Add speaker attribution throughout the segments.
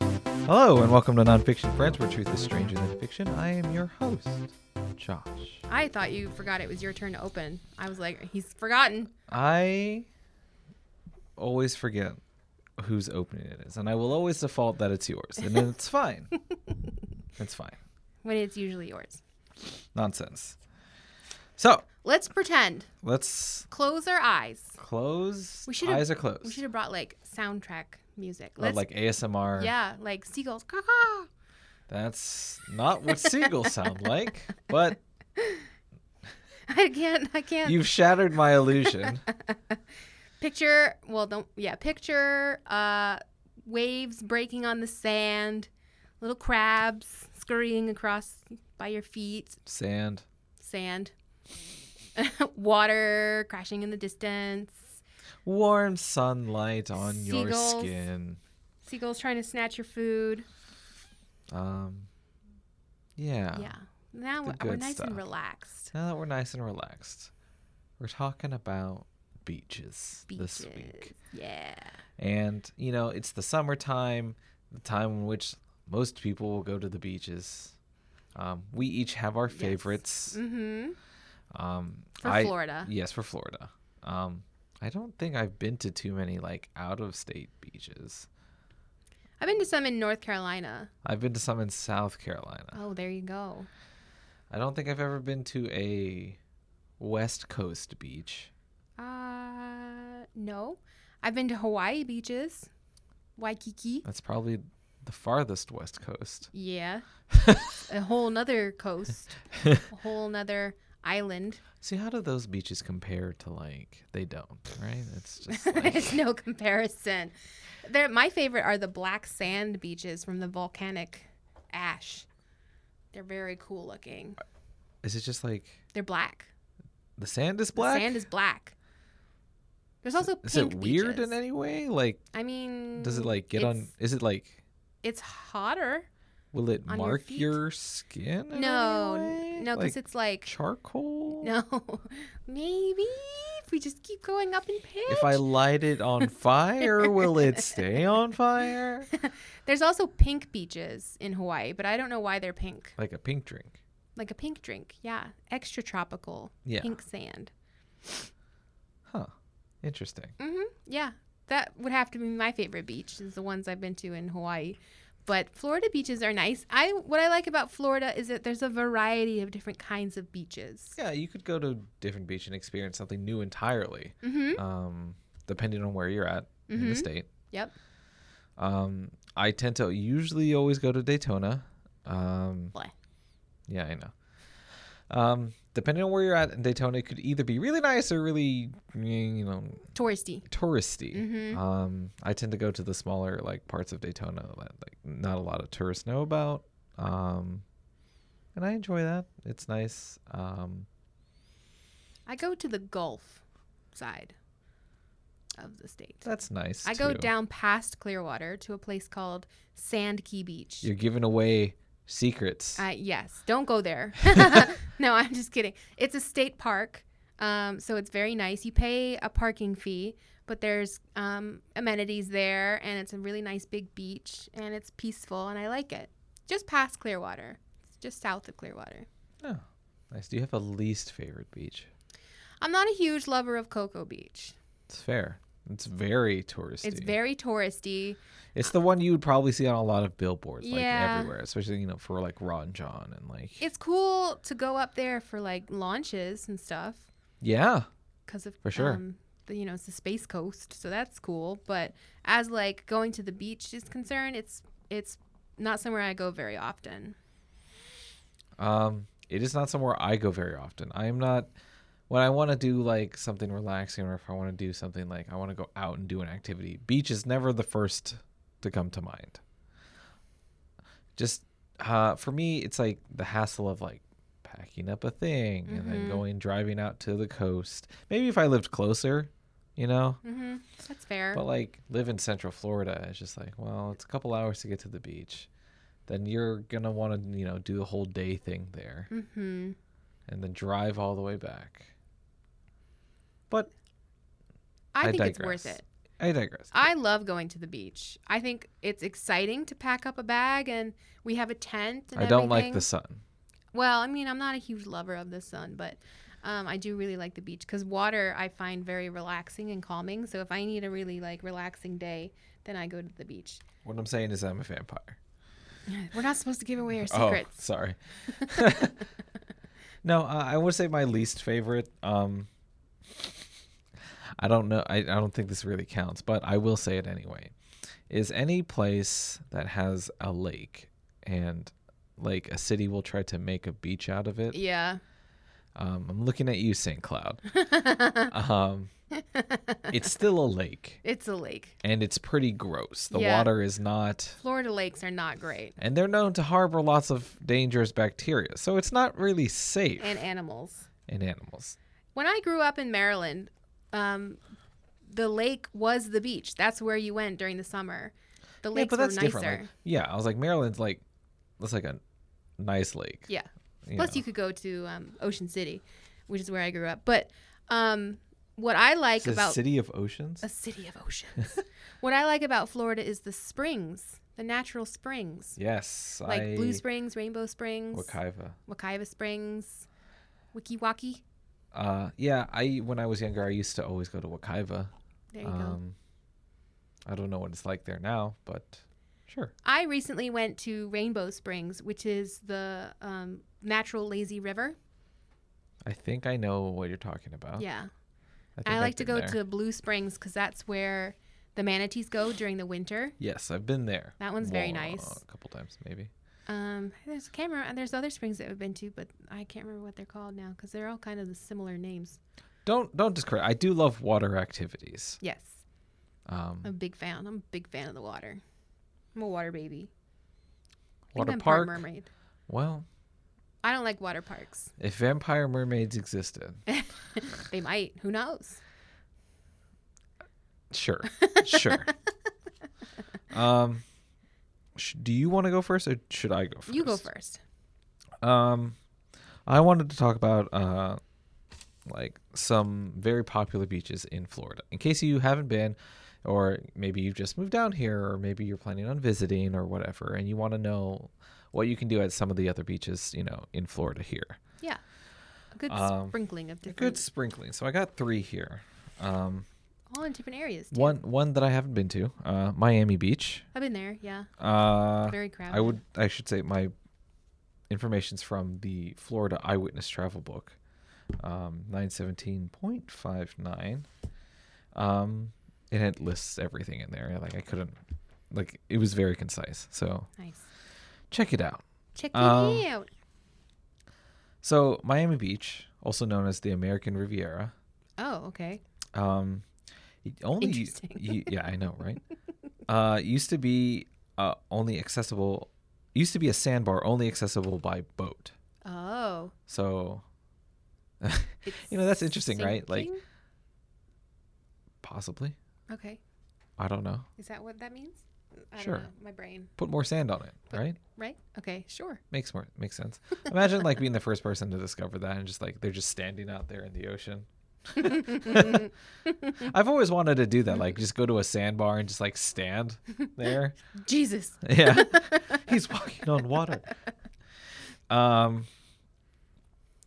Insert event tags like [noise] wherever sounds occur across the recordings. Speaker 1: Hello, and welcome to Nonfiction Friends, where truth is stranger than fiction. I am your host, Josh.
Speaker 2: I thought you forgot it was your turn to open. I was like, he's forgotten.
Speaker 1: I always forget whose opening it is, and I will always default that it's yours, and then it's
Speaker 2: [laughs]
Speaker 1: fine. It's fine.
Speaker 2: When it's usually yours.
Speaker 1: Nonsense. So
Speaker 2: Let's pretend.
Speaker 1: let's
Speaker 2: Close our eyes.
Speaker 1: close.
Speaker 2: We should've-
Speaker 1: Eyes are
Speaker 2: We
Speaker 1: closed.
Speaker 2: should have brought like soundtrack music.
Speaker 1: Or like ASMR.
Speaker 2: yeah, like seagulls. [laughs] caw-caw.
Speaker 1: That's not what seagulls sound
Speaker 2: [laughs]
Speaker 1: like, but
Speaker 2: I can't. I can't
Speaker 1: you've shattered my illusion.
Speaker 2: picture. Well, don't. Yeah, picture uh, waves breaking on the sand, little crabs scurrying across by your feet,
Speaker 1: Sand.
Speaker 2: sand, [laughs] water crashing in the distance.
Speaker 1: Warm sunlight on your
Speaker 2: Seagulls.
Speaker 1: skin.
Speaker 2: Seagulls trying to snatch your food.
Speaker 1: Um, yeah.
Speaker 2: Yeah.
Speaker 1: the
Speaker 2: Now we're, we're
Speaker 1: good
Speaker 2: nice
Speaker 1: stuff.
Speaker 2: and relaxed.
Speaker 1: Now that we're nice and relaxed, we're talking about beaches,
Speaker 2: Beaches.
Speaker 1: this week.
Speaker 2: Yeah.
Speaker 1: And, you know, it's the summertime, the time in which most people will go to the beaches. Um, we each have our favorites.
Speaker 2: Mm-hmm.
Speaker 1: Um,
Speaker 2: For
Speaker 1: I-
Speaker 2: Florida.
Speaker 1: Yes, for Florida. Um, I don't think I've been to too many, like, out of state beaches.
Speaker 2: I've been to some in North Carolina.
Speaker 1: I've been to some in South Carolina.
Speaker 2: Oh, there you go.
Speaker 1: I don't think I've ever been to a West Coast beach.
Speaker 2: Uh, no. I've been to Hawaii beaches, Waikiki.
Speaker 1: That's probably the farthest West Coast.
Speaker 2: Yeah. a whole nother coast, a whole nother island.
Speaker 1: See, how do those beaches compare to like they don't, right? It's
Speaker 2: [laughs]
Speaker 1: just like
Speaker 2: There's no comparison. They're, my favorite are the black sand beaches from the volcanic ash. They're very cool looking.
Speaker 1: is it just like
Speaker 2: They're black.
Speaker 1: the sand is
Speaker 2: The
Speaker 1: black?
Speaker 2: sand is black. There's also
Speaker 1: is
Speaker 2: pink
Speaker 1: it weird
Speaker 2: beaches.
Speaker 1: in any way? Like
Speaker 2: I mean,
Speaker 1: does it like get on
Speaker 2: it's-
Speaker 1: is it like
Speaker 2: It's hotter.
Speaker 1: will it
Speaker 2: on your
Speaker 1: mark
Speaker 2: feet?
Speaker 1: your, skin? in
Speaker 2: No,
Speaker 1: any
Speaker 2: n-
Speaker 1: way?
Speaker 2: no, because
Speaker 1: Like
Speaker 2: it's like
Speaker 1: charcoal?
Speaker 2: no. [laughs] Maybe if we just keep going up in pitch.
Speaker 1: If I light it
Speaker 2: [laughs]
Speaker 1: on fire, will it stay on fire?
Speaker 2: There's also pink beaches in Hawaii, but I don't know why they're pink.
Speaker 1: Like a pink drink.
Speaker 2: Like a pink drink, yeah, extra tropical,
Speaker 1: Yeah.
Speaker 2: pink sand.
Speaker 1: Huh. Interesting.
Speaker 2: hmm Yeah, that would have to be my favorite beach. Is the ones I've been to in Hawaii, but Florida beaches are nice. I what I like about Florida is that there's a variety of different kinds of beaches.
Speaker 1: Yeah, you could go to a different beach and experience something new entirely,
Speaker 2: Mm-hmm.
Speaker 1: um, depending on where you're at in the
Speaker 2: Mhm.
Speaker 1: state.
Speaker 2: Yep.
Speaker 1: Um, I tend to usually always go to Daytona. Um,
Speaker 2: Bleh.
Speaker 1: Yeah, I know. Um, depending on where you're at in Daytona, it could either be really nice or really, you know,
Speaker 2: Touristy.
Speaker 1: touristy.
Speaker 2: Mhm.
Speaker 1: Um, I tend to go to the smaller like parts of Daytona that like not a lot of tourists know about. Um, and I enjoy that. It's nice. Um,
Speaker 2: I go to the Gulf side of the state.
Speaker 1: that's nice.
Speaker 2: I go
Speaker 1: too.
Speaker 2: down past Clearwater to a place called Sand Key Beach.
Speaker 1: You're giving away secrets.
Speaker 2: I, yes, don't go there. [laughs] no, I'm just kidding. It's a state park, um, so it's very nice. You pay a parking fee, but there's um, amenities there, and it's a really nice big beach, and it's peaceful, and I like it. Just past Clearwater, it's just south of Clearwater.
Speaker 1: oh, nice. Do you have a least favorite beach?
Speaker 2: I'm not a huge lover of Cocoa Beach.
Speaker 1: It's fair. It's very touristy.
Speaker 2: It's very touristy.
Speaker 1: It's the one you would probably see on a lot of billboards,
Speaker 2: Yeah.
Speaker 1: like everywhere, especially you know for like Ron John and like
Speaker 2: It's cool to go up there for like launches and stuff
Speaker 1: yeah,
Speaker 2: because of
Speaker 1: For sure.
Speaker 2: Um, the, you know, it's the space coast, so that's cool. But as like going to the beach is concerned, it's it's not somewhere I go very often.
Speaker 1: Um, it is not somewhere I go very often. I am not when I want to do like something relaxing or if I want to do something like I want to go out and do an activity. Beach is never the first to come to mind. Just uh, for me, it's like the hassle of like packing up a thing and then going driving out to the coast. Maybe if I lived closer, you know.
Speaker 2: hmm That's fair.
Speaker 1: But like live in Central Florida, it's just like, well, it's a couple hours to get to the beach. Then you're gonna want to, you know, do the whole day thing there
Speaker 2: hmm
Speaker 1: and then drive all the way back. But
Speaker 2: I,
Speaker 1: I
Speaker 2: think it's
Speaker 1: digress.
Speaker 2: worth it.
Speaker 1: I digress.
Speaker 2: I love going to the beach. I think it's exciting to pack up a bag and we have a tent. And
Speaker 1: I don't like
Speaker 2: everything.
Speaker 1: the sun.
Speaker 2: Well, I mean, I'm not a huge lover of the sun, but um, I do really like the beach because water I find very relaxing and calming. So if I need a really like relaxing day, then I go to the beach.
Speaker 1: What I'm saying is I'm a vampire.
Speaker 2: [laughs] We're not supposed to give away our secrets.
Speaker 1: Oh,
Speaker 2: [laughs]
Speaker 1: sorry. [laughs] no, uh, I would say my least favorite. Um, I don't know. I, I don't think this really counts, but I will say it anyway. Is any place that has a lake and like a city will try to make a beach out of it.
Speaker 2: Yeah.
Speaker 1: Um, I'm looking at you, St.
Speaker 2: [laughs]
Speaker 1: Cloud. um, it's still a lake
Speaker 2: it's a lake.
Speaker 1: and it's pretty gross. The
Speaker 2: Yeah.
Speaker 1: water is not
Speaker 2: Florida lakes are not great,
Speaker 1: and they're known to harbor lots of dangerous bacteria. So it's not really safe
Speaker 2: and animals.
Speaker 1: in animals.
Speaker 2: When I grew up in Maryland, um, the lake was the beach. That's where you went during the summer. The lakes were nicer.
Speaker 1: Like, yeah, I was like Maryland's like that's like a nice lake.
Speaker 2: Yeah.
Speaker 1: you
Speaker 2: Plus,
Speaker 1: know.
Speaker 2: you could go to um, Ocean City, which is where I grew up. But um, what I like
Speaker 1: it's a
Speaker 2: about
Speaker 1: city of oceans.
Speaker 2: a city of oceans, [laughs] what I like about Florida is the springs, the natural springs,
Speaker 1: Yes,
Speaker 2: like
Speaker 1: I
Speaker 2: Blue Springs, Rainbow Springs,
Speaker 1: Wakaiva.
Speaker 2: Wakaiva Springs, Wiki Waki.
Speaker 1: Uh, yeah, I when I was younger, I used to always go to Wakaiva.
Speaker 2: There you
Speaker 1: Um,
Speaker 2: go.
Speaker 1: I don't know what it's like there now, but sure.
Speaker 2: I recently went to Rainbow Springs, which is the um, natural lazy river.
Speaker 1: I think I know what you're talking about.
Speaker 2: Yeah.
Speaker 1: Oh, think
Speaker 2: I
Speaker 1: I've
Speaker 2: like to
Speaker 1: been
Speaker 2: go
Speaker 1: there.
Speaker 2: to Blue Springs because that's where the manatees go during the winter.
Speaker 1: Yes, I've been there.
Speaker 2: That one's very nice.
Speaker 1: A couple times maybe.
Speaker 2: Um, there's camera and there's other springs that we've been to, but I can't remember what they're called now because they're all kind of the similar names.
Speaker 1: Don't don't discredit. I do love water activities.
Speaker 2: Yes,
Speaker 1: Um,
Speaker 2: I'm a big fan. I'm a big fan of the water. I'm a water baby. I
Speaker 1: Water
Speaker 2: think I'm part
Speaker 1: park?
Speaker 2: mermaid.
Speaker 1: well,
Speaker 2: I don't like water parks.
Speaker 1: if vampire mermaids
Speaker 2: [laughs]
Speaker 1: existed,
Speaker 2: They might. Who knows?
Speaker 1: sure,
Speaker 2: [laughs]
Speaker 1: sure. Um, sh- do you want to go first, or should I go first?
Speaker 2: You go first.
Speaker 1: Um, I wanted to talk about uh, like some very popular beaches in Florida. In case you haven't been, or maybe you've just moved down here, or maybe you're planning on visiting, or whatever, and you want to know what you can do at some of the other beaches, you know, in Florida here.
Speaker 2: Yeah, a good
Speaker 1: Um,
Speaker 2: sprinkling of
Speaker 1: A
Speaker 2: different,
Speaker 1: good sprinkling. So I got three here. Um,
Speaker 2: all Oh, in different areas. Too.
Speaker 1: one one that I haven't been to, uh, Miami Beach.
Speaker 2: I've been there. Yeah,
Speaker 1: Uh,
Speaker 2: very crowded.
Speaker 1: I would I should say my information's from the Florida Eyewitness Travel Book, um, nine seventeen point five nine, um, and it lists everything in there. Like I couldn't, like it was very concise. So
Speaker 2: Nice.
Speaker 1: check it out.
Speaker 2: Check
Speaker 1: Um,
Speaker 2: it out.
Speaker 1: So Miami Beach, also known as the American Riviera,
Speaker 2: Oh, okay.
Speaker 1: Um, it only u-
Speaker 2: Interesting.
Speaker 1: u- yeah, I know, right? uh, used to be uh, only accessible. Used to be a sandbar only accessible by boat.
Speaker 2: Oh,
Speaker 1: So
Speaker 2: it's
Speaker 1: You know, that's interesting, right? Like-
Speaker 2: sinking?
Speaker 1: possibly,
Speaker 2: okay,
Speaker 1: I don't know.
Speaker 2: is that what that means? I
Speaker 1: Sure.
Speaker 2: Don't know. My brain.
Speaker 1: Put more sand on it,
Speaker 2: But-
Speaker 1: right?
Speaker 2: Right? Okay, sure.
Speaker 1: Makes more makes sense. Imagine like being the first person to discover that, and just like they're just standing out there in the ocean. I've always wanted to do that, like just go to a sandbar and just like stand there.
Speaker 2: Jesus. [laughs]
Speaker 1: Yeah. [laughs] He's walking on water. Um,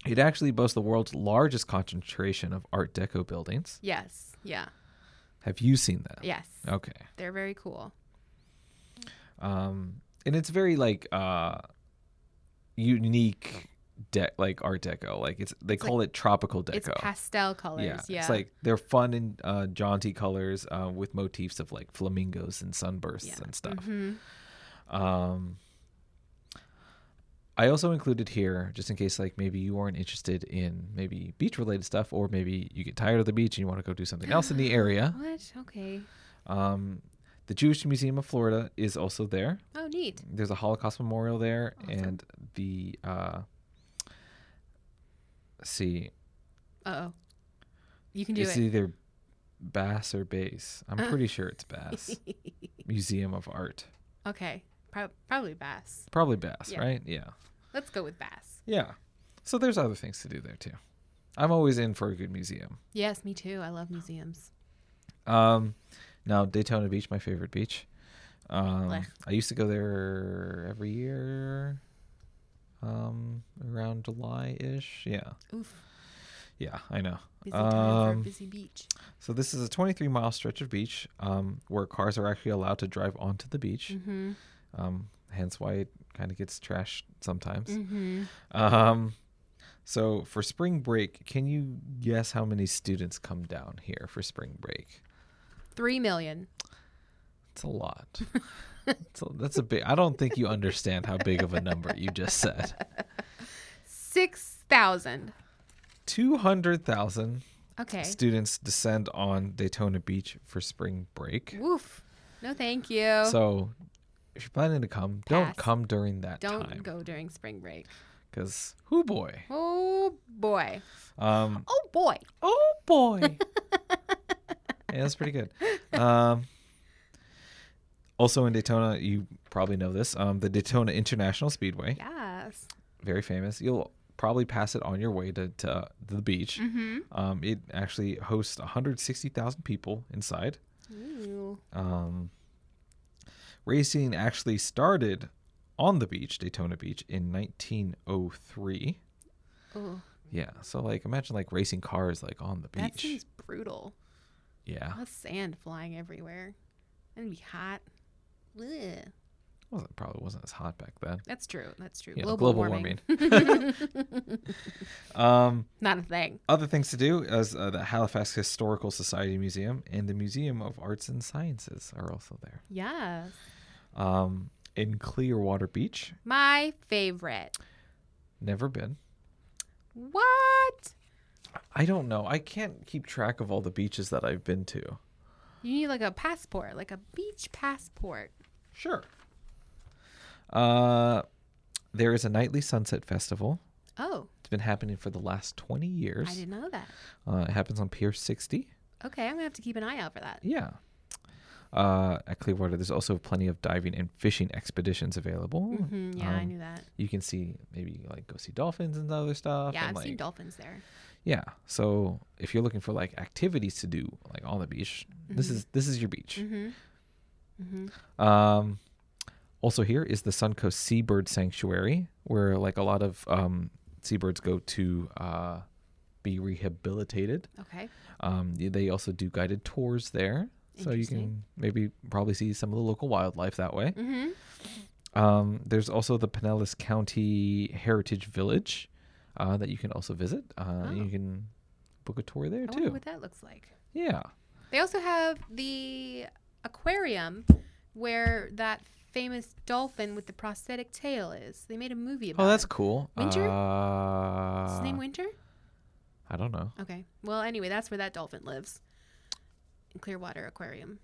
Speaker 1: it actually boasts the world's largest concentration of Art Deco buildings.
Speaker 2: Yes. Yeah.
Speaker 1: Have you seen that?
Speaker 2: Yes.
Speaker 1: Okay.
Speaker 2: They're very cool.
Speaker 1: Um, and it's very like uh, unique, de- like Art Deco. Like it's they
Speaker 2: It's
Speaker 1: call it tropical deco.
Speaker 2: It's pastel colors.
Speaker 1: yeah,
Speaker 2: Yeah.
Speaker 1: it's like they're fun and uh, jaunty colors uh, with motifs of like flamingos and sunbursts
Speaker 2: Yeah.
Speaker 1: and stuff.
Speaker 2: Mhm.
Speaker 1: Um, I also included here, just in case, like maybe you aren't interested in maybe beach related stuff, or maybe you get tired of the beach and you want to go do something else in
Speaker 2: [laughs]
Speaker 1: the area.
Speaker 2: What? Okay.
Speaker 1: Um, the Jewish Museum of Florida is also there.
Speaker 2: Oh, neat.
Speaker 1: There's a Holocaust memorial there,
Speaker 2: Awesome.
Speaker 1: and the uh, see,
Speaker 2: Uh oh. You can do
Speaker 1: it's
Speaker 2: [laughs] it.
Speaker 1: either Bass or Bass. I'm
Speaker 2: [laughs]
Speaker 1: pretty sure it's Bass Museum of Art,
Speaker 2: okay. Pro- probably bass.
Speaker 1: probably Bass,
Speaker 2: Yeah.
Speaker 1: right? Yeah.
Speaker 2: Let's go with bass.
Speaker 1: Yeah. So there's other things to do there too. I'm always in for a good museum.
Speaker 2: Yes, me too. I love museums.
Speaker 1: Um, Now Daytona Beach, my favorite beach. Um,
Speaker 3: Blech.
Speaker 1: I used to go there every year, um, around July ish. Yeah,
Speaker 3: Oof.
Speaker 1: yeah, I know.
Speaker 3: Busy time for a
Speaker 1: Um,
Speaker 3: busy beach.
Speaker 1: So this is a 23 mile stretch of beach um, where cars are actually allowed to drive onto the beach.
Speaker 2: Mm-hmm.
Speaker 1: Um, hence why it kind of gets trashed sometimes.
Speaker 2: Mm-hmm.
Speaker 1: Um, so for spring break, can you guess how many students come down here for spring break?
Speaker 2: Three million.
Speaker 1: It's a lot.
Speaker 2: [laughs]
Speaker 1: It's a- that's a big. I don't think you understand how big of a number you just said.
Speaker 2: [laughs] Six thousand.
Speaker 1: Two hundred thousand
Speaker 2: Okay.
Speaker 1: students descend on Daytona Beach for spring break.
Speaker 2: Woof. No, thank you.
Speaker 1: So if you're planning to come,
Speaker 2: Pass.
Speaker 1: don't come during that
Speaker 2: Don't
Speaker 1: time.
Speaker 2: go during spring break.
Speaker 1: Because who boy?
Speaker 2: Oh boy.
Speaker 1: Um,
Speaker 2: Oh boy.
Speaker 1: oh boy. [laughs] yeah, that's pretty good. Um, also in Daytona, you probably know this. Um, the Daytona International Speedway,
Speaker 2: Yes.
Speaker 1: very famous. You'll probably pass it on your way to, to uh, the beach.
Speaker 2: Mm-hmm.
Speaker 1: Um, it actually hosts 160,000 people inside.
Speaker 2: Ooh.
Speaker 1: Um, racing actually started on the beach, Daytona Beach, in 1903.
Speaker 2: Ooh.
Speaker 1: Yeah, so like imagine like racing cars like on the
Speaker 2: Oh, That
Speaker 1: beach.
Speaker 2: seems brutal.
Speaker 1: yeah,
Speaker 2: All the sand flying everywhere. That'd be hot. Ugh.
Speaker 1: wasn't probably wasn't as hot back then.
Speaker 2: That's true. That's true.
Speaker 1: Yeah,
Speaker 2: global,
Speaker 1: global
Speaker 2: warming. [laughs]
Speaker 1: Um,
Speaker 2: Not a thing.
Speaker 1: other things to do is uh, the Halifax Historical Society Museum and the Museum of Arts and Sciences are also there.
Speaker 2: Yes.
Speaker 1: Um, in Clearwater Beach,
Speaker 2: My favorite.
Speaker 1: never been.
Speaker 2: What?
Speaker 1: I don't know. I can't keep track of all the beaches that I've been to.
Speaker 2: You need like a passport, like a beach passport.
Speaker 1: Sure. Uh, there is a nightly sunset festival.
Speaker 2: Oh,
Speaker 1: It's been happening for the last 20 years.
Speaker 2: I didn't know that.
Speaker 1: Uh, it happens on Pier 60.
Speaker 2: Okay, I'm gonna have to keep an eye out for that.
Speaker 1: Yeah. Uh, at Clearwater, there's also plenty of diving and fishing expeditions available.
Speaker 2: hmm yeah, I
Speaker 1: Um,
Speaker 2: knew that.
Speaker 1: You can see maybe like go see dolphins and other stuff.
Speaker 2: Yeah,
Speaker 1: and,
Speaker 2: I've seen
Speaker 1: like-
Speaker 2: dolphins there.
Speaker 1: Yeah. So if you're looking for like activities to do like on the beach, this is this is your beach.
Speaker 2: Mm-hmm. Mm-hmm.
Speaker 1: Um, also, here is the Suncoast Seabird Sanctuary, where like a lot of um, seabirds go to uh, be rehabilitated.
Speaker 2: Okay.
Speaker 1: Um, y- they also do guided tours there, so you
Speaker 2: Interesting.
Speaker 1: can maybe probably see some of the local wildlife that way.
Speaker 2: Mm-hmm.
Speaker 1: Um, there's also the Pinellas County Heritage Village uh, that you can also visit. Uh,
Speaker 2: Oh.
Speaker 1: You can book a tour there
Speaker 2: I wonder
Speaker 1: too.
Speaker 2: what that looks like.
Speaker 1: Yeah.
Speaker 2: They also have the aquarium where that famous dolphin with the prosthetic tail is. They made a movie about
Speaker 1: Oh, that's
Speaker 2: it.
Speaker 1: cool.
Speaker 2: Winter?
Speaker 1: Uh,
Speaker 2: Is his name Winter?
Speaker 1: I don't know.
Speaker 2: Okay. Well, anyway, that's where that dolphin lives. In Clearwater Aquarium.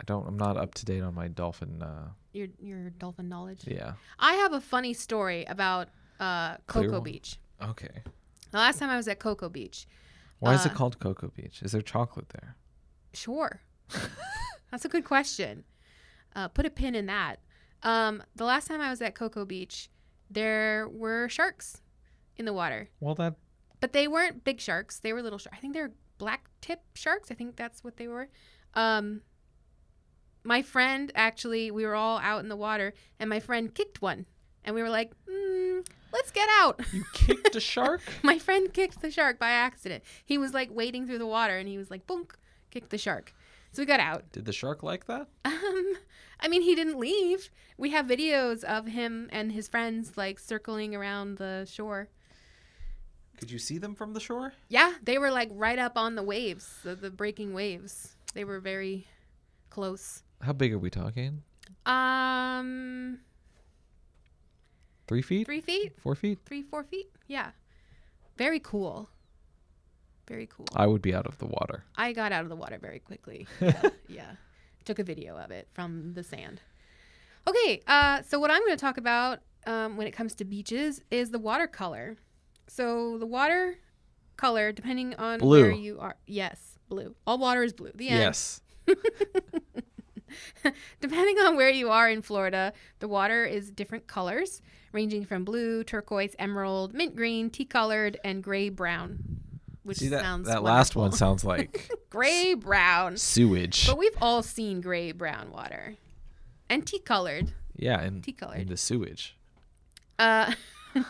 Speaker 1: I don't. I'm not up to date on my dolphin. Uh,
Speaker 2: Your your dolphin knowledge.
Speaker 1: yeah.
Speaker 2: I have a funny story about uh, Cocoa
Speaker 1: Clearwater.
Speaker 2: Beach.
Speaker 1: Okay.
Speaker 2: The last time I was at Cocoa Beach.
Speaker 1: Why is
Speaker 2: Uh,
Speaker 1: it called Cocoa Beach? Is there chocolate there?
Speaker 2: Sure. That's a good question. Uh, put a pin in that. Um, the last time I was at Cocoa Beach, there were sharks in the water,
Speaker 1: Well, that [laughs]
Speaker 2: but they weren't big sharks. They were little sharks. I think they're black tip sharks. I think that's what they were. Um, my friend actually, we were all out in the water, and my friend kicked one, and we were like, mm, "Let's get out."
Speaker 1: you kicked a shark.
Speaker 2: My friend kicked the shark by accident. He was like wading through the water and he was like, boonk, kicked the shark. So we got out. [laughs]
Speaker 1: Did the shark like that?
Speaker 2: Um, I mean, he didn't leave. We have videos of him and his friends like circling around the shore.
Speaker 1: Could you see them from the shore?
Speaker 2: Yeah, they were like right up on the waves, the, the breaking waves. They were very close.
Speaker 1: How big are we talking?
Speaker 2: Um,
Speaker 1: Three feet?
Speaker 2: three feet,
Speaker 1: Four feet?
Speaker 2: three, four feet. Yeah. Very cool. Very cool.
Speaker 1: I would be out of the water.
Speaker 2: I got out of the water very
Speaker 1: [laughs]
Speaker 2: quickly. Yeah, yeah. Took a video of it from the sand. Okay, uh, so what I'm going to talk about um, when it comes to beaches is the watercolor. So the water color, depending on where
Speaker 1: Blue.
Speaker 2: you are, yes, blue. All water is blue. The end.
Speaker 1: Yes.
Speaker 2: Depending on where you are in Florida, the water is different colors, ranging from blue, turquoise, emerald, mint green, tea colored, and gray brown. Which
Speaker 1: see that
Speaker 2: sounds
Speaker 1: that last one
Speaker 2: [laughs] wonderful.
Speaker 1: sounds like
Speaker 2: gray brown.
Speaker 1: sewage.
Speaker 2: But we've all seen gray brown water and tea colored.
Speaker 1: Yeah, and,
Speaker 2: Tea colored.
Speaker 1: and the sewage.
Speaker 2: Uh, [laughs]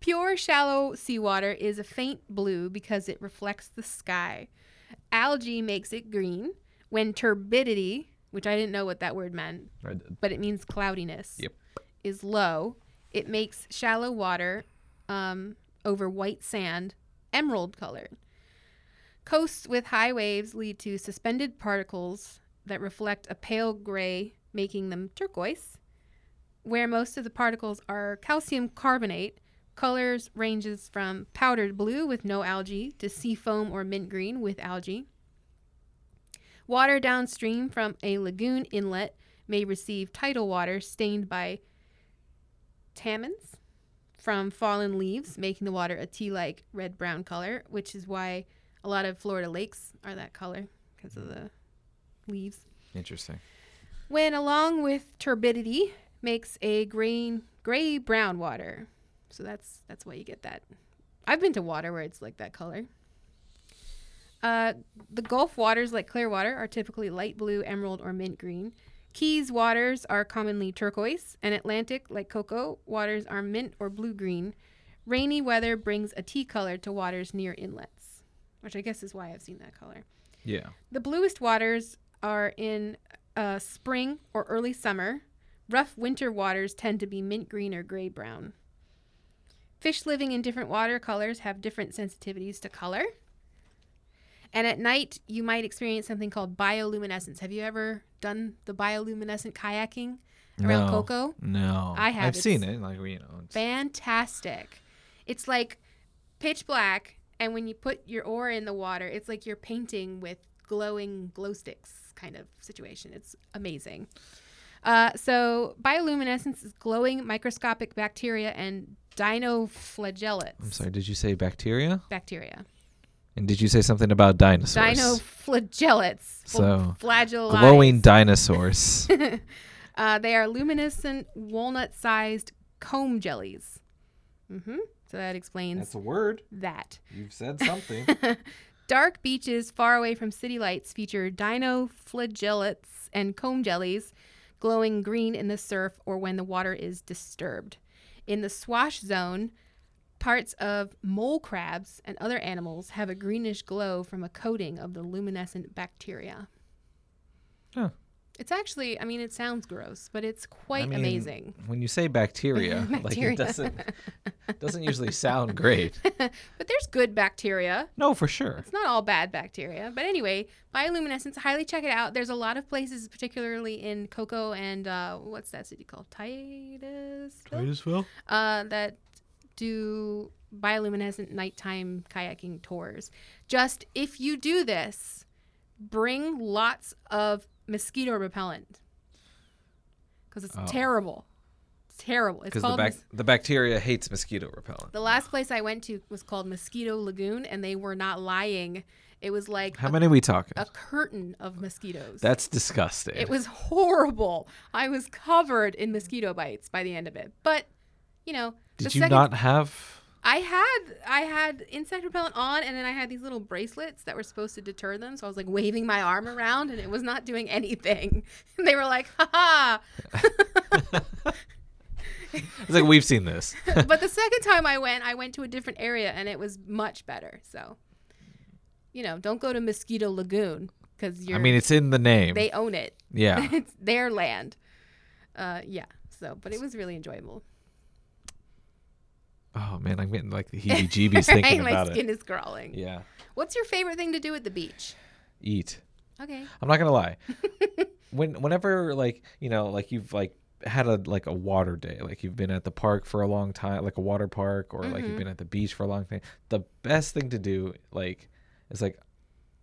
Speaker 2: pure shallow seawater is a faint blue because it reflects the sky. Algae makes it green when turbidity, which I didn't know what that word meant,
Speaker 1: Right.
Speaker 2: but it means cloudiness,
Speaker 1: Yep.
Speaker 2: is low. It makes shallow water um, over white sand emerald colored. Coasts with high waves lead to suspended particles that reflect a pale gray, making them turquoise. Where most of the particles are calcium carbonate, colors ranges from powdered blue with no algae to sea foam or mint green with algae. Water downstream from a lagoon inlet may receive tidal water stained by tannins from fallen leaves, making the water a tea like red brown color, which is why a lot of Florida lakes are that color because of the leaves.
Speaker 1: Interesting.
Speaker 2: When along with turbidity makes a green gray brown water. So that's that's why you get that. I've been to water where it's like that color. Uh, the Gulf waters, like clear water, are typically light blue, emerald, or mint green. Keys waters are commonly turquoise, and Atlantic, like cocoa, waters are mint or blue green. Rainy weather brings a tea color to waters near inlets, which I guess is why I've seen that color.
Speaker 1: Yeah.
Speaker 2: The bluest waters are in uh, spring or early summer. Rough winter waters tend to be mint green or gray brown. Fish living in different water colors have different sensitivities to color. And at night, you might experience something called bioluminescence. Have you ever done the bioluminescent kayaking around
Speaker 1: No.
Speaker 2: Coco?
Speaker 1: No.
Speaker 2: I have.
Speaker 1: I've seen
Speaker 2: It's
Speaker 1: it. Like, you know, it's,
Speaker 2: Fantastic. It's like pitch black, and when you put your oar in the water, it's like you're painting with glowing glow sticks kind of situation. It's amazing. Uh, so, bioluminescence is glowing microscopic bacteria and dinoflagellates.
Speaker 1: I'm sorry. Did you say bacteria?
Speaker 2: Bacteria.
Speaker 1: And did you say something about dinosaurs?
Speaker 2: Dinoflagellates.
Speaker 1: So,
Speaker 2: flagelli.
Speaker 1: Glowing
Speaker 2: [laughs]
Speaker 1: dinosaurs.
Speaker 2: Uh, they are luminescent walnut-sized comb jellies. hmm So that explains
Speaker 1: a word.
Speaker 2: that.
Speaker 1: You've said something.
Speaker 2: Dark beaches far away from city lights feature dinoflagellates and comb jellies glowing green in the surf or when the water is disturbed. In the swash zone, parts of mole crabs and other animals have a greenish glow from a coating of the luminescent bacteria.
Speaker 1: Huh.
Speaker 2: It's actually, I mean, it sounds gross, but it's [laughs] quite
Speaker 1: mean,
Speaker 2: amazing.
Speaker 1: when you say
Speaker 2: [laughs]
Speaker 1: bacteria, like
Speaker 2: Bacteria.
Speaker 1: it doesn't doesn't usually sound
Speaker 2: [laughs]
Speaker 1: great.
Speaker 2: But there's good bacteria.
Speaker 1: No, for sure.
Speaker 2: It's not all bad bacteria, but anyway, bioluminescence. Highly check it out. There's a lot of places, particularly in Coco and uh, what's that city called, Titusville, uh, that do bioluminescent nighttime kayaking tours. Just if you do this, bring lots of mosquito repellent because it's
Speaker 1: Oh.
Speaker 2: terrible. It's terrible. It's
Speaker 1: Because the
Speaker 2: called
Speaker 1: bac-
Speaker 2: mos-
Speaker 1: the bacteria hates mosquito repellent.
Speaker 2: the last place I went to was called Mosquito Lagoon, and they were not lying. It was like
Speaker 1: How
Speaker 2: a
Speaker 1: many are we talking?
Speaker 2: a curtain of mosquitoes.
Speaker 1: That's disgusting.
Speaker 2: it was horrible. I was covered in mosquito bites by the end of it. But you know,
Speaker 1: Did
Speaker 2: the
Speaker 1: you
Speaker 2: second
Speaker 1: not have?
Speaker 2: I had I had insect repellent on, and then I had these little bracelets that were supposed to deter them. So I was like waving my arm around, and it was not doing anything. [laughs] And they were like, "Ha ha!" [laughs]
Speaker 1: It's like we've seen this.
Speaker 2: [laughs] but the second time I went, I went to a different area, and it was much better. So, you know, don't go to Mosquito Lagoon because you're.
Speaker 1: I mean, it's in the name.
Speaker 2: they own it. [laughs]
Speaker 1: yeah.
Speaker 2: it's their land. Uh, yeah. So, but it was really enjoyable.
Speaker 1: Oh man, I'm getting
Speaker 2: [laughs]
Speaker 1: like the heebie-jeebies thinking
Speaker 2: My
Speaker 1: about it.
Speaker 2: skin is crawling.
Speaker 1: Yeah.
Speaker 2: What's your favorite thing to do at the beach?
Speaker 1: Eat.
Speaker 2: Okay.
Speaker 1: I'm not gonna
Speaker 2: [laughs]
Speaker 1: lie. when whenever like you know like you've like had a like a water day, like you've been at the park for a long time, like a water park, or like
Speaker 2: Mm-hmm.
Speaker 1: you've been at the beach for a long time. The best thing to do like is like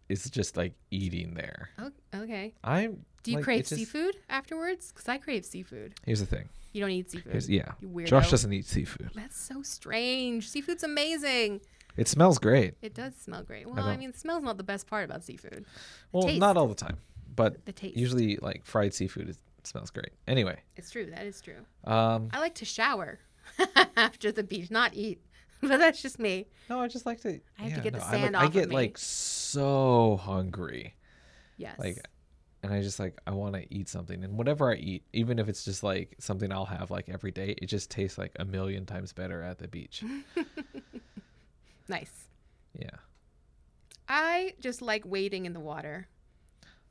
Speaker 1: is just like eating there.
Speaker 2: Oh, okay.
Speaker 1: I'm.
Speaker 2: Do you
Speaker 1: like,
Speaker 2: crave
Speaker 1: it's just-
Speaker 2: seafood afterwards? Because I crave seafood.
Speaker 1: Here's the thing.
Speaker 2: You don't eat seafood.
Speaker 1: Here's, yeah.
Speaker 2: You weirdo.
Speaker 1: Josh doesn't eat seafood.
Speaker 2: That's so strange. Seafood's amazing.
Speaker 1: It smells great.
Speaker 2: It does smell great. Well, I,
Speaker 1: don't-
Speaker 2: mean, the smell's not the best part about seafood.
Speaker 1: Well,
Speaker 2: taste.
Speaker 1: not all the time, but
Speaker 2: The taste.
Speaker 1: usually like fried seafood is, smells great. Anyway,
Speaker 2: It's true. That is true.
Speaker 1: um,
Speaker 2: [laughs] I like to shower after the beach, not eat. [laughs] but that's just me.
Speaker 1: No, I just like to.
Speaker 2: I have to
Speaker 1: yeah,
Speaker 2: get the
Speaker 1: no,
Speaker 2: sand
Speaker 1: I, like,
Speaker 2: off
Speaker 1: I
Speaker 2: of
Speaker 1: get
Speaker 2: me.
Speaker 1: like so hungry,
Speaker 2: Yes.
Speaker 1: like, and I just like I want to eat something, and whatever I eat, even if it's just like something I'll have like every day, it just tastes like a million times better at the
Speaker 2: [laughs]
Speaker 1: beach.
Speaker 2: nice.
Speaker 1: yeah,
Speaker 2: I just like wading in the water.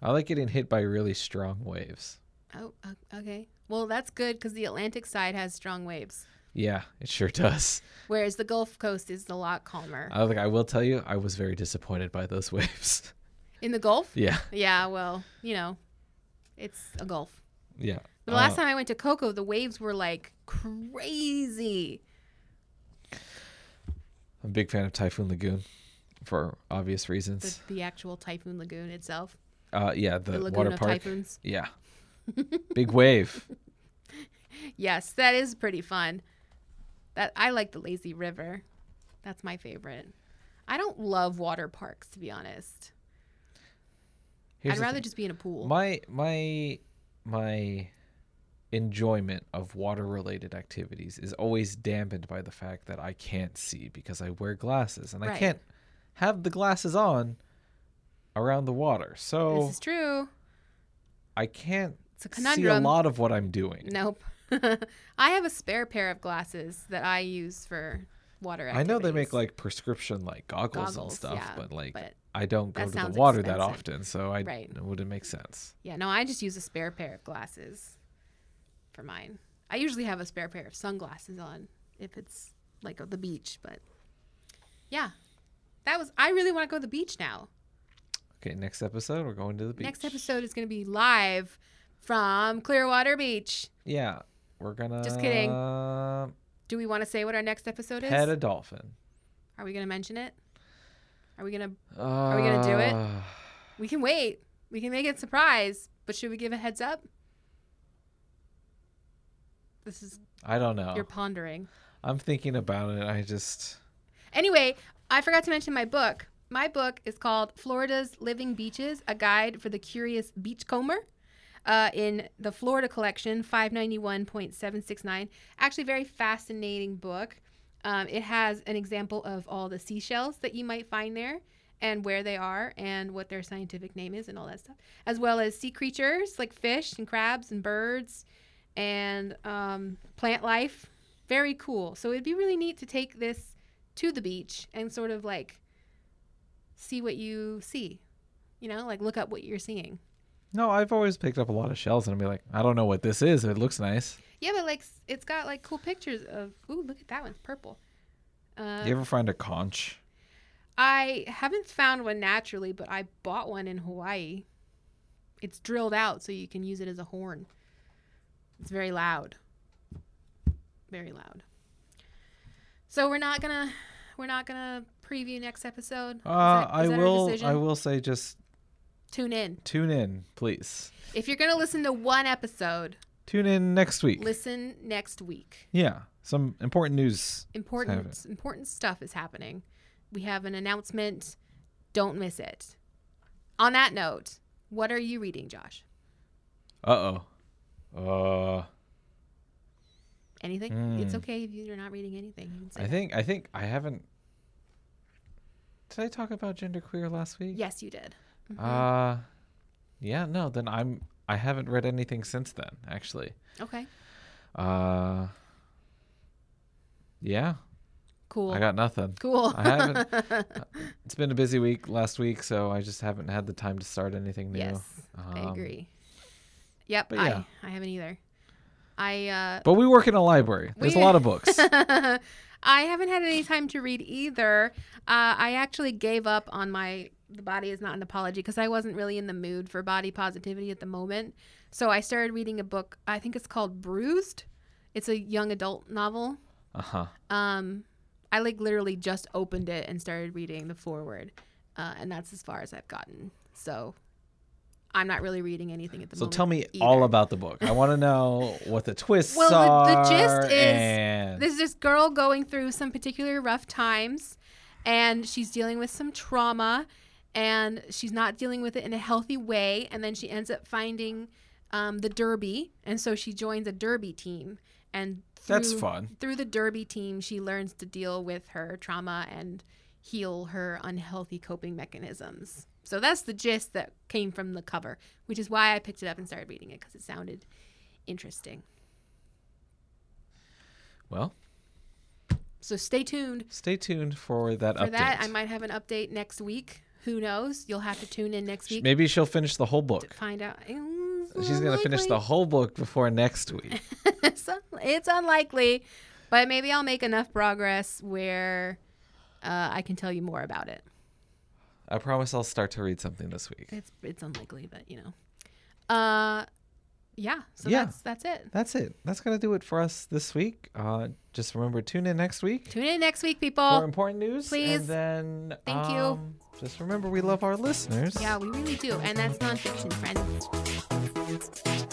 Speaker 1: I like getting hit by really strong waves.
Speaker 2: Oh, o- okay. Well, that's good because the Atlantic side has strong waves,
Speaker 1: Yeah, it sure does.
Speaker 2: whereas the Gulf Coast is a lot calmer.
Speaker 1: I was like, I will tell you, I was very disappointed by those [laughs] waves.
Speaker 2: in the Gulf?
Speaker 1: yeah,
Speaker 2: Yeah, well, you know, it's a Gulf.
Speaker 1: yeah.
Speaker 2: The last
Speaker 1: Uh,
Speaker 2: time I went to Coco, the waves were like crazy.
Speaker 1: I'm a big fan of Typhoon Lagoon, for obvious
Speaker 2: The,
Speaker 1: reasons.
Speaker 2: the actual Typhoon Lagoon itself,
Speaker 1: Uh, yeah,
Speaker 2: the,
Speaker 1: the,
Speaker 2: Lagoon
Speaker 1: water
Speaker 2: of
Speaker 1: park.
Speaker 2: Typhoons. [laughs]
Speaker 1: Yeah, big wave.
Speaker 2: Yes, that is pretty fun. That I like the lazy river. That's my favorite. I don't love water parks to be honest.
Speaker 1: Here's
Speaker 2: I'd
Speaker 1: the
Speaker 2: rather
Speaker 1: thing.
Speaker 2: just be in a pool.
Speaker 1: my my my enjoyment of water related activities is always dampened by the fact that I can't see because I wear glasses and I
Speaker 2: Right.
Speaker 1: can't have the glasses on around the water.
Speaker 2: this
Speaker 1: So
Speaker 2: is true.
Speaker 1: I can't
Speaker 2: It's a
Speaker 1: see a
Speaker 2: conundrum.
Speaker 1: lot of what I'm doing.
Speaker 2: Nope. [laughs] I have a spare pair of glasses that I use for water
Speaker 1: I know they
Speaker 2: activities.
Speaker 1: make like prescription like goggles, and
Speaker 2: Goggles,
Speaker 1: stuff,
Speaker 2: yeah,
Speaker 1: but like
Speaker 2: but
Speaker 1: I don't
Speaker 2: that
Speaker 1: go to the
Speaker 2: sounds
Speaker 1: water that
Speaker 2: expensive.
Speaker 1: often, so I
Speaker 2: Right.
Speaker 1: it wouldn't make sense.
Speaker 2: Yeah, no, I just use a spare pair of glasses for mine. I usually have a spare pair of sunglasses on if it's like at the beach, but yeah. That was I really want to go to the beach now.
Speaker 1: Okay, next episode we're going to the beach.
Speaker 2: Next episode is going to be live from Clearwater Beach.
Speaker 1: Yeah, we're gonna
Speaker 2: Just kidding.
Speaker 1: uh,
Speaker 2: Do we want to say what our next episode is?
Speaker 1: pet a dolphin.
Speaker 2: Are we going to mention it? Are we going to
Speaker 1: Are
Speaker 2: we gonna do it?
Speaker 1: Uh,
Speaker 2: We can wait. We can make it surprise, but should we give a heads up? This is
Speaker 1: I don't know.
Speaker 2: you're pondering.
Speaker 1: I'm thinking about it. I just
Speaker 2: Anyway, I forgot to mention my book. My book is called Florida's Living Beaches A Guide for the Curious Beachcomber uh, in the Florida collection, 591.769. Actually, very fascinating book. Um, it has an example of all the seashells that you might find there and where they are and what their scientific name is and all that stuff, as well as sea creatures like fish and crabs and birds and um, plant life. Very cool. So it'd be really neat to take this to the beach and sort of like see what you see, you know, like look up what you're seeing.
Speaker 1: no. I've always picked up a lot of shells, and I'd be like, I don't know what this is. It looks nice.
Speaker 2: Yeah, but like s- it's got like cool pictures of. Ooh, look at that one, purple. Uh,
Speaker 1: you ever find a conch?
Speaker 2: I haven't found one naturally, but I bought one in Hawaii. It's drilled out so you can use it as a horn. It's very loud. Very loud. So we're not gonna we're not gonna preview next episode. Is
Speaker 1: Uh,
Speaker 2: that- is
Speaker 1: I
Speaker 2: that our
Speaker 1: will.
Speaker 2: decision?
Speaker 1: I will say, just
Speaker 2: tune in.
Speaker 1: tune in, please.
Speaker 2: If you're gonna listen to
Speaker 1: [laughs]
Speaker 2: one episode,
Speaker 1: Tune in next week.
Speaker 2: listen next week.
Speaker 1: yeah, some important news.
Speaker 2: Important important stuff is happening. We have an announcement. Don't miss it. On that note, what are you reading, Josh?
Speaker 1: Uh oh. Uh,
Speaker 2: Anything? It's
Speaker 1: Mm.
Speaker 2: okay if you're not reading anything. You can say
Speaker 1: I
Speaker 2: that.
Speaker 1: think. I think I haven't. Did I talk about genderqueer last week?
Speaker 2: Yes, you did. Mm-hmm.
Speaker 1: Uh, yeah. No. Then I'm. I haven't read anything since then. Actually.
Speaker 2: Okay.
Speaker 1: Uh, yeah,
Speaker 2: Cool.
Speaker 1: I got nothing.
Speaker 2: cool.
Speaker 1: I
Speaker 2: [laughs]
Speaker 1: haven't. [laughs] It's been a busy week last week, so I just haven't had the time to start anything new.
Speaker 2: yes, I
Speaker 1: Um,
Speaker 2: agree. Yep,
Speaker 1: but yeah.
Speaker 2: I I haven't either. I uh
Speaker 1: But we work in a library. There's
Speaker 2: We-
Speaker 1: a lot
Speaker 2: [laughs]
Speaker 1: of books.
Speaker 2: I haven't had any time to read either. Uh, I actually gave up on my The Body is Not an Apology because I wasn't really in the mood for body positivity at the moment. So I started reading a book. I think it's called Bruised. It's a young adult novel.
Speaker 1: Uh huh.
Speaker 2: Um, I like literally just opened it and started reading the foreword, uh, and that's as far as I've gotten. So I'm not really reading anything at [laughs] the
Speaker 1: So
Speaker 2: moment.
Speaker 1: tell me
Speaker 2: either.
Speaker 1: all about the book. I want to know what
Speaker 2: [laughs]
Speaker 1: the twists
Speaker 2: Well, the- the gist
Speaker 1: are
Speaker 2: is
Speaker 1: and
Speaker 2: There's this girl going through some particular rough times, and she's dealing with some trauma, and she's not dealing with it in a healthy way. And then she ends up finding um, the derby, and so she joins a derby team, and through,
Speaker 1: That's fun.
Speaker 2: Through the derby team, she learns to deal with her trauma and heal her unhealthy coping mechanisms. So that's the gist that came from the cover, which is why I picked it up and started reading it because it sounded interesting.
Speaker 1: Well,
Speaker 2: So stay tuned
Speaker 1: stay tuned for that
Speaker 2: for
Speaker 1: update.
Speaker 2: that. I might have an update next week. Who knows? You'll have to tune in next week
Speaker 1: Maybe she'll finish the whole book.
Speaker 2: to find out.
Speaker 1: She's going to finish the whole book before next week.
Speaker 2: [laughs] it's, un- it's unlikely, but maybe I'll make enough progress where uh, I can tell you more about it.
Speaker 1: I promise I'll start to read something this week.
Speaker 2: It's it's unlikely, but you know. Uh, yeah. So
Speaker 1: Yeah.
Speaker 2: that's that's it.
Speaker 1: That's it. That's going to do it for us this week. Uh, just remember, tune in next week
Speaker 2: Tune in next week,
Speaker 1: for
Speaker 2: people.
Speaker 1: important news.
Speaker 2: please.
Speaker 1: And then,
Speaker 2: Thank you.
Speaker 1: um, Just remember, we love our listeners.
Speaker 2: Yeah, we really do, and that's nonfiction, friends.